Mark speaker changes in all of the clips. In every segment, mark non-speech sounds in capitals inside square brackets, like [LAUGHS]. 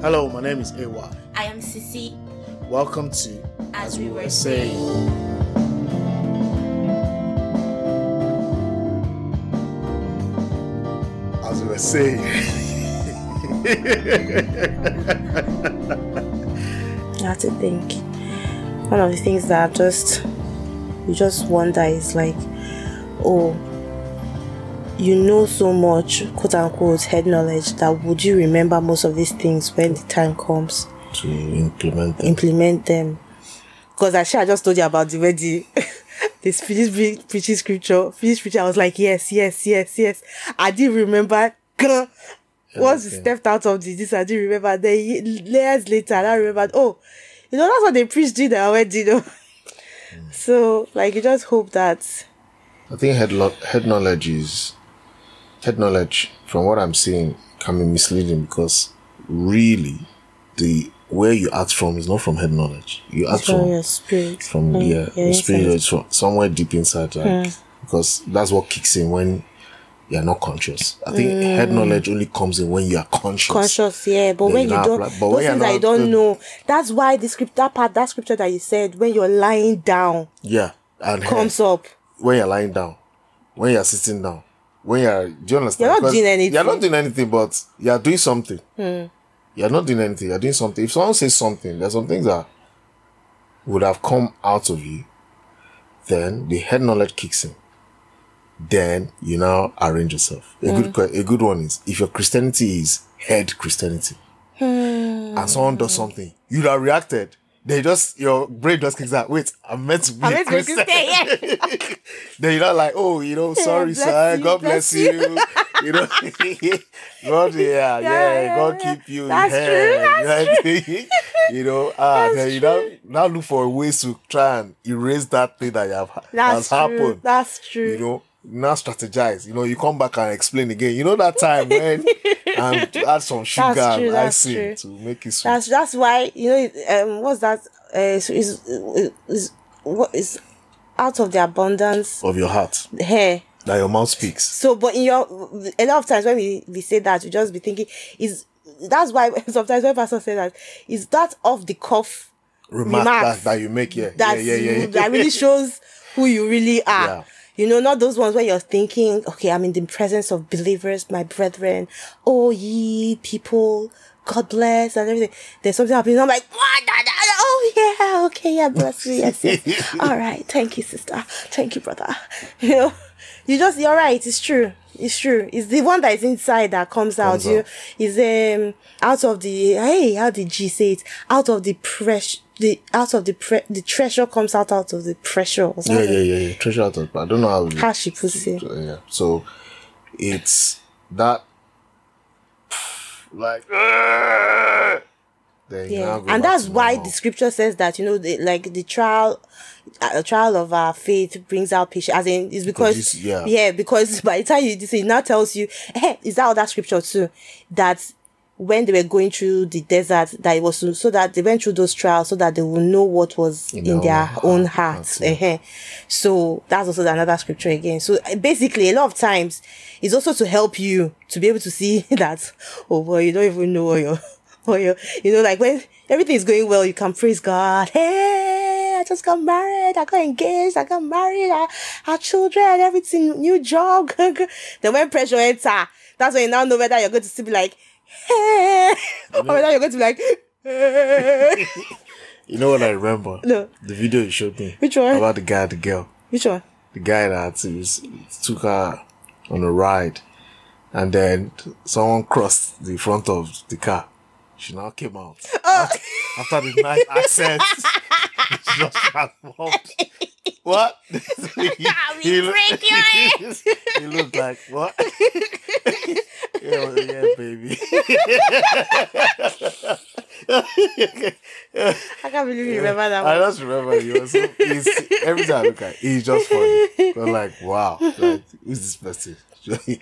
Speaker 1: Hello, my name is Awa.
Speaker 2: I am Sisi.
Speaker 1: Welcome to
Speaker 2: As We Were Saying.
Speaker 1: As we were saying.
Speaker 3: I have to think. One of the things that I've just you just wonder is like, oh, you know so much, quote unquote, head knowledge that would you remember most of these things when the time comes?
Speaker 4: to implement them.
Speaker 3: Implement them. Because actually, I just told you about the [LAUGHS] wedding. this Philip pre- preaching scripture, Philip preacher. I was like, yes, yes, yes, yes. I did remember. [LAUGHS] Once you
Speaker 4: Okay.
Speaker 3: stepped out of the this, I did remember. Then ye- layers later, I now remembered. Oh, you know that's what they preached during our wedding. oh.
Speaker 4: Mm.
Speaker 3: so like, you just hope that
Speaker 4: I think head, lo- head knowledge is head knowledge. From what I'm seeing, can be misleading because really, the where you act from is not from head knowledge. You act
Speaker 3: from
Speaker 4: from
Speaker 3: your spirit,
Speaker 4: from
Speaker 3: like,
Speaker 4: yeah,
Speaker 3: your
Speaker 4: the spirit
Speaker 3: inside.
Speaker 4: is from somewhere deep inside, like,
Speaker 3: Hmm.
Speaker 4: because that's what kicks in when you're not conscious. I think head knowledge only comes in when you are conscious.
Speaker 3: Hmm. conscious, yeah. But
Speaker 4: Yeah,
Speaker 3: when
Speaker 4: you
Speaker 3: you
Speaker 4: know,
Speaker 3: don't,
Speaker 4: like, but
Speaker 3: those
Speaker 4: when
Speaker 3: things
Speaker 4: you're
Speaker 3: that you
Speaker 4: not-
Speaker 3: don't
Speaker 4: uh,
Speaker 3: know, that's why the script that part, that scripture that you said, when you're lying down,
Speaker 4: Yeah, and head, [LAUGHS]
Speaker 3: comes up.
Speaker 4: when you're lying down, when you're sitting down, when you're do you understand?
Speaker 3: You're not
Speaker 4: Because
Speaker 3: doing anything. Hmm.
Speaker 4: You're not doing anything, but you're doing something. You're not doing anything. You're doing something. If someone says something, there's some things that would have come out of you. Then the head knowledge kicks in. Then you now arrange yourself. A
Speaker 3: Hmm.
Speaker 4: good que- a good one is if your Christianity is head Christianity,
Speaker 3: Hmm.
Speaker 4: and someone does something, you'd have reacted. They just your brain just kicks out. Wait, I'm meant to be
Speaker 3: I'm
Speaker 4: a
Speaker 3: meant to be
Speaker 4: Christian [LAUGHS]
Speaker 3: Christian, [LAUGHS] yeah.
Speaker 4: then you're not like, oh, you know, sorry,
Speaker 3: bless
Speaker 4: sir,
Speaker 3: you,
Speaker 4: God
Speaker 3: bless
Speaker 4: bless you. [LAUGHS] You, know, God, yeah, yeah,
Speaker 3: yeah,
Speaker 4: God
Speaker 3: yeah.
Speaker 4: keep you.
Speaker 3: That's
Speaker 4: in [LAUGHS]
Speaker 3: true,
Speaker 4: health. you know, ah, then you now, now look for ways to try and erase that thing that you have has
Speaker 3: That's true.
Speaker 4: happened.
Speaker 3: That's true.
Speaker 4: you know, now strategize. You know, you come back and explain again. You know that time when
Speaker 3: [LAUGHS]
Speaker 4: and add some sugar
Speaker 3: true,
Speaker 4: and
Speaker 3: that's
Speaker 4: icing
Speaker 3: true.
Speaker 4: to make it sweet.
Speaker 3: that's that's why you know. Um, what's that? Uh, is is what is out of the abundance
Speaker 4: of your heart
Speaker 3: hair.
Speaker 4: that your mouth speaks.
Speaker 3: So, but in your a lot of times when we, we say that, we just be thinking is that's why [LAUGHS] sometimes when pastor say that is that off the cuff
Speaker 4: Remark,
Speaker 3: Remark.
Speaker 4: That, that you make, yeah, [LAUGHS] yeah,
Speaker 3: that
Speaker 4: yeah, yeah, yeah.
Speaker 3: you- that really shows who you really are.
Speaker 4: Yeah.
Speaker 3: You know, not those ones where you're thinking, okay, I'm in the presence of believers, my brethren. Oh, ye people, God bless and everything. There's something happening. I'm like, what? Da- da- da- Oh, yeah, okay, yeah, bless you.
Speaker 4: [LAUGHS]
Speaker 3: Yes, yes. [LAUGHS] All right. Thank you, sister. Thank you, brother. [LAUGHS] You know, you just, you're right. It's true. It's true. It's the one that is inside that comes out.
Speaker 4: Comes
Speaker 3: You
Speaker 4: out.
Speaker 3: is um out of the hey, how did G say it? Out of the pressure, the out of the pre- the treasure comes out out of the pressure. or
Speaker 4: Yeah,
Speaker 3: something.
Speaker 4: yeah, yeah, yeah. Treasure out of, I don't know how. it-
Speaker 3: How she puts it.
Speaker 4: Uh, yeah. So it's that like uh, then you now
Speaker 3: Yeah,
Speaker 4: go back
Speaker 3: and that's
Speaker 4: to
Speaker 3: why
Speaker 4: normal.
Speaker 3: the scripture says that you know, the, like the trial, uh, the trial of our faith brings out patience. As in, it's because
Speaker 4: Produce- yeah.
Speaker 3: because [LAUGHS] by the time you this it now tells you, eh, is that other scripture too, that when they were going through the desert, that it was so, so that they went through those trials, so that they will know what was in,
Speaker 4: their
Speaker 3: their
Speaker 4: own
Speaker 3: own
Speaker 4: heart,
Speaker 3: hearts.
Speaker 4: yeah.
Speaker 3: Eh-heh. So that's also another scripture again. So uh, basically, a lot of times, it's also to help you to be able to see [LAUGHS] that, oh boy, you don't even know what you're, [LAUGHS] what you're, you know, like when everything is going well, you can praise God. Hey, I just got married. I got engaged. I got married. I had children, everything, new job. [LAUGHS] then when pressure enter, that's when you now know whether you're going to still be like, hey, [LAUGHS] or whether you're going to be like, hey. [LAUGHS]
Speaker 4: you know what I remember?
Speaker 3: No.
Speaker 4: The video you showed me.
Speaker 3: Which one?
Speaker 4: About the guy, the girl,
Speaker 3: Which one?
Speaker 4: the guy that is- took her on a ride, and then someone crossed the front of the car. She now came out after, after the nice accent. [LAUGHS] she just transformed. What? [LAUGHS] he, lo- [LAUGHS] he looked like what? [LAUGHS] yeah, yeah, baby.
Speaker 3: I can't believe you remember that
Speaker 4: I
Speaker 3: one.
Speaker 4: just remember he was so, he's, every time I look at it, he's just funny. But like, wow, like, who's this person? [LAUGHS] you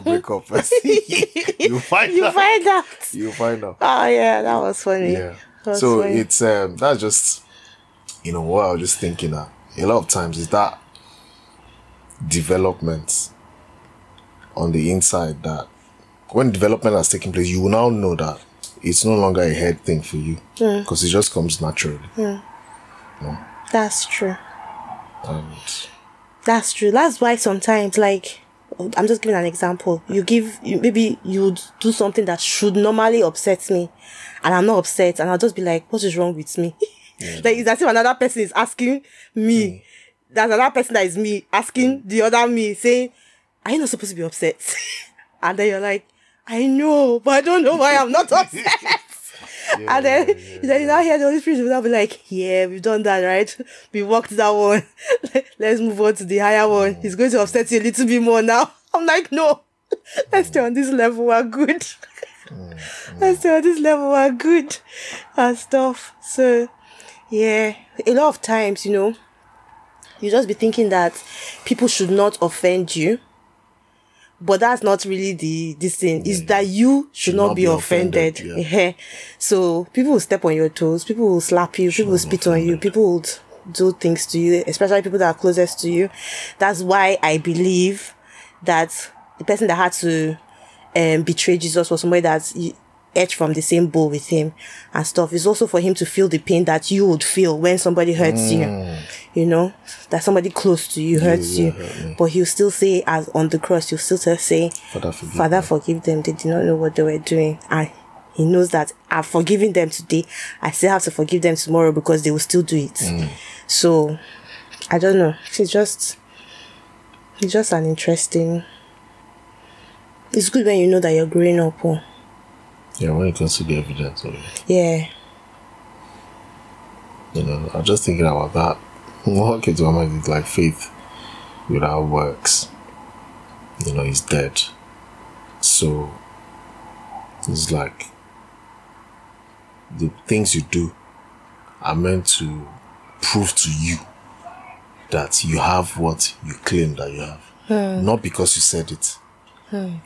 Speaker 4: break up first. [LAUGHS] you find [LAUGHS]
Speaker 3: You
Speaker 4: out.
Speaker 3: find out.
Speaker 4: you find out.
Speaker 3: Oh yeah, that was funny.
Speaker 4: Yeah.
Speaker 3: That's
Speaker 4: so
Speaker 3: why-
Speaker 4: it's um that's just you know what I was just thinking that a lot of times is that development on the inside that when development has taken place, you will now know that it's no longer a head thing for you because it just comes naturally.
Speaker 3: That's true.
Speaker 4: And
Speaker 3: That's true. That's why sometimes, like, I'm just giving an example. You give, you, maybe you would do something that should normally upset me, and I'm not upset, and I'll just be like, what is wrong with me? [LAUGHS] like, it's as if another person is asking me. There's another person that is me asking the other me, saying, are you not supposed to be upset? [LAUGHS] and then you're like, I know, but I don't know why I'm not upset. and then, then you now hear the Holy Spirit will now be like, yeah, we've done that, right? We walked that one. [LAUGHS] Let's move on to the higher one. It's going to upset you a little bit more now. [LAUGHS] I'm like, no, let's stay on this level. We're good. Mm, let's stay on this level. We're good and stuff. So, yeah, a lot of times, you know, you just be thinking that people should not offend you. But that's not really the this thing. Is that you should not, be, offended. [LAUGHS]
Speaker 4: offended,
Speaker 3: Eh-heh. So people will step on your toes, people will slap you, people will spit on you, people will do things to you, especially people that are closest to you. That's why I believe that the person that had to um, betray Jesus was somebody that he ate from the same bowl with him and stuff. It's also for him to feel the pain that you would feel when somebody hurts you, you know, that somebody close to you
Speaker 4: Mm.
Speaker 3: hurts
Speaker 4: yeah,
Speaker 3: you.
Speaker 4: hurt me.
Speaker 3: but he'll still say, as on the cross, he'll still just say,
Speaker 4: Father, forgive
Speaker 3: Father, forgive them. They did not know what they were doing. And he knows that I've forgiven them today. I still have to forgive them tomorrow because they will still do it. So I don't know. It's just it's just an interesting it's good when you know that you're growing up. Oh.
Speaker 4: yeah, when it comes to the evidence of it,
Speaker 3: Yeah.
Speaker 4: you know, I'm just thinking about that. What came to my mind is like faith without works, you know, is dead. So it's like the things you do are meant to prove to you that you have what you claim that you have, not because you said it.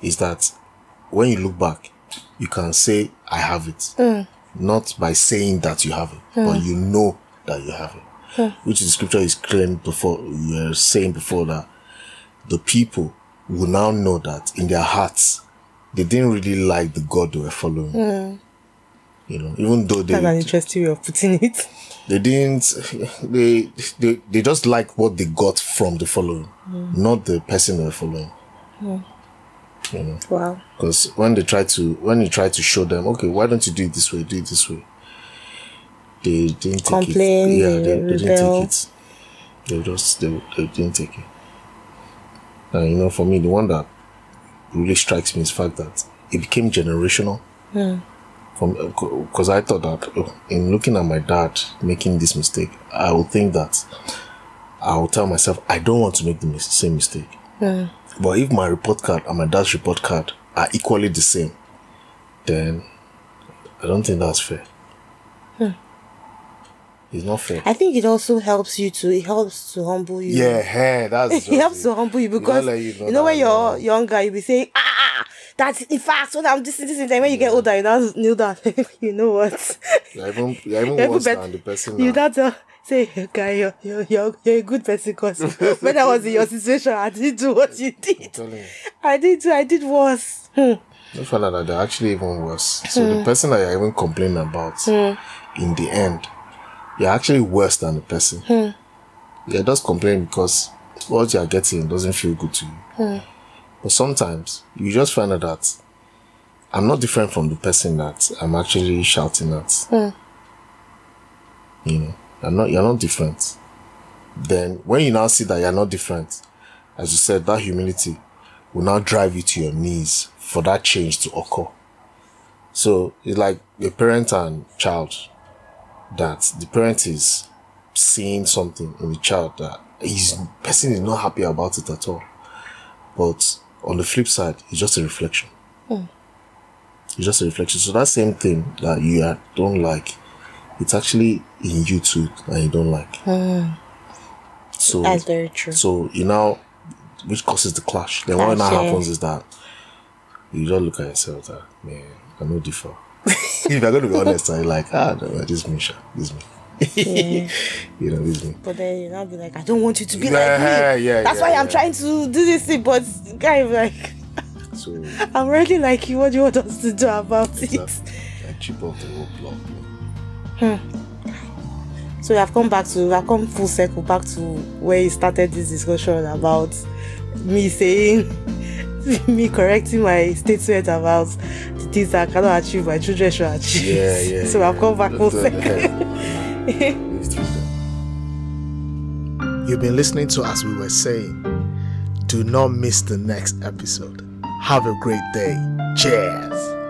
Speaker 4: Is that when you look back, you can say, I have it. Not by saying that you have it, but you know that you have it. Which the scripture is claimed before, we were saying before that the people will now know that in their hearts, they didn't really like the God they were following. You know, even though
Speaker 3: That's an
Speaker 4: they,
Speaker 3: interesting way of putting it. [LAUGHS]
Speaker 4: they didn't, they, they, they just like what they got from the following,
Speaker 3: Mm.
Speaker 4: not the person they were following. You know,
Speaker 3: Wow.
Speaker 4: because when they try to when you try to show them okay why don't you do it this way do it this way they didn't take
Speaker 3: Complain,
Speaker 4: it yeah
Speaker 3: they
Speaker 4: they, they
Speaker 3: rebel.
Speaker 4: didn't take it they just they, they didn't take it and you know for me the one that really strikes me is the fact that it became generational
Speaker 3: Hmm.
Speaker 4: because I thought that oh, in looking at my dad making this mistake, I will think that I will tell myself I don't want to make the mis- same mistake. But if my report card and my dad's report card are equally the same, then I don't think that's fair. It's not fair.
Speaker 3: Hmm. I think it also helps you to it helps to humble you.
Speaker 4: yeah, hey, that's just
Speaker 3: it helps
Speaker 4: it.
Speaker 3: to humble [LAUGHS] you because
Speaker 4: like,
Speaker 3: you
Speaker 4: that
Speaker 3: know, when
Speaker 4: I
Speaker 3: you're
Speaker 4: know.
Speaker 3: younger, you'll be saying, ah, that's in fact what I'm this, this, and then when you get older, you now kneel down. [LAUGHS] you know what?
Speaker 4: you're even, you're even
Speaker 3: Every
Speaker 4: worse
Speaker 3: bet-
Speaker 4: than the person.
Speaker 3: you
Speaker 4: that-
Speaker 3: now tell, say, okay, you're, you're, you're, you're a good
Speaker 4: [LAUGHS]
Speaker 3: person because when I was in your situation, I didn't do what you
Speaker 4: I'm
Speaker 3: did.
Speaker 4: telling you.
Speaker 3: I did, do- I did worse. Hmm.
Speaker 4: You find out that they're actually even worse. So the person that you're even complaining about, in the end, you're actually worse than the person. You're just complaining because what you're getting doesn't feel good to you. But sometimes you just find out that I'm not different from the person that I'm actually shouting at. You know, you're not you're not different. Then when you now see that you're not different, as you said, that humility will now drive you to your knees for that change to occur. So it's like a parent and child that the parent is seeing something in the child that he's person is not happy about it at all. But on the flip side, it's just a reflection.
Speaker 3: Hmm.
Speaker 4: It's just a reflection. So that same thing that you are- don't like, it's actually in you too and you don't like. So
Speaker 3: Hmm. That's very true.
Speaker 4: so you know, which causes the clash. Then what now
Speaker 3: Clash, yeah.
Speaker 4: happens is that you just look at yourself that man, I know differ. [LAUGHS] if you're gonna be honest, I'm like, ah, no, this is me, sha. this is me. [LAUGHS] you know, this is me.
Speaker 3: But then you now be like, I don't want you to be
Speaker 4: Yeah,
Speaker 3: like me.
Speaker 4: yeah,
Speaker 3: That's
Speaker 4: yeah,
Speaker 3: why I'm
Speaker 4: yeah.
Speaker 3: trying to do this thing, but guy, like, [LAUGHS]
Speaker 4: So
Speaker 3: I'm really like you. What do you want us to do about it?
Speaker 4: that- I
Speaker 5: chip off the whole block.
Speaker 3: So we have come back to, we have come full circle back to where you started this discussion about me saying, [LAUGHS] me correcting my statement about the things that I cannot achieve, my children should achieve.
Speaker 5: Yeah, yeah.
Speaker 3: [LAUGHS] so
Speaker 5: yeah.
Speaker 3: I've come back full
Speaker 5: Don't do
Speaker 3: circle. [LAUGHS]
Speaker 5: that. It's true that.
Speaker 4: You've been listening to As We Were Saying. Do not miss the next episode. Have a great day. Cheers.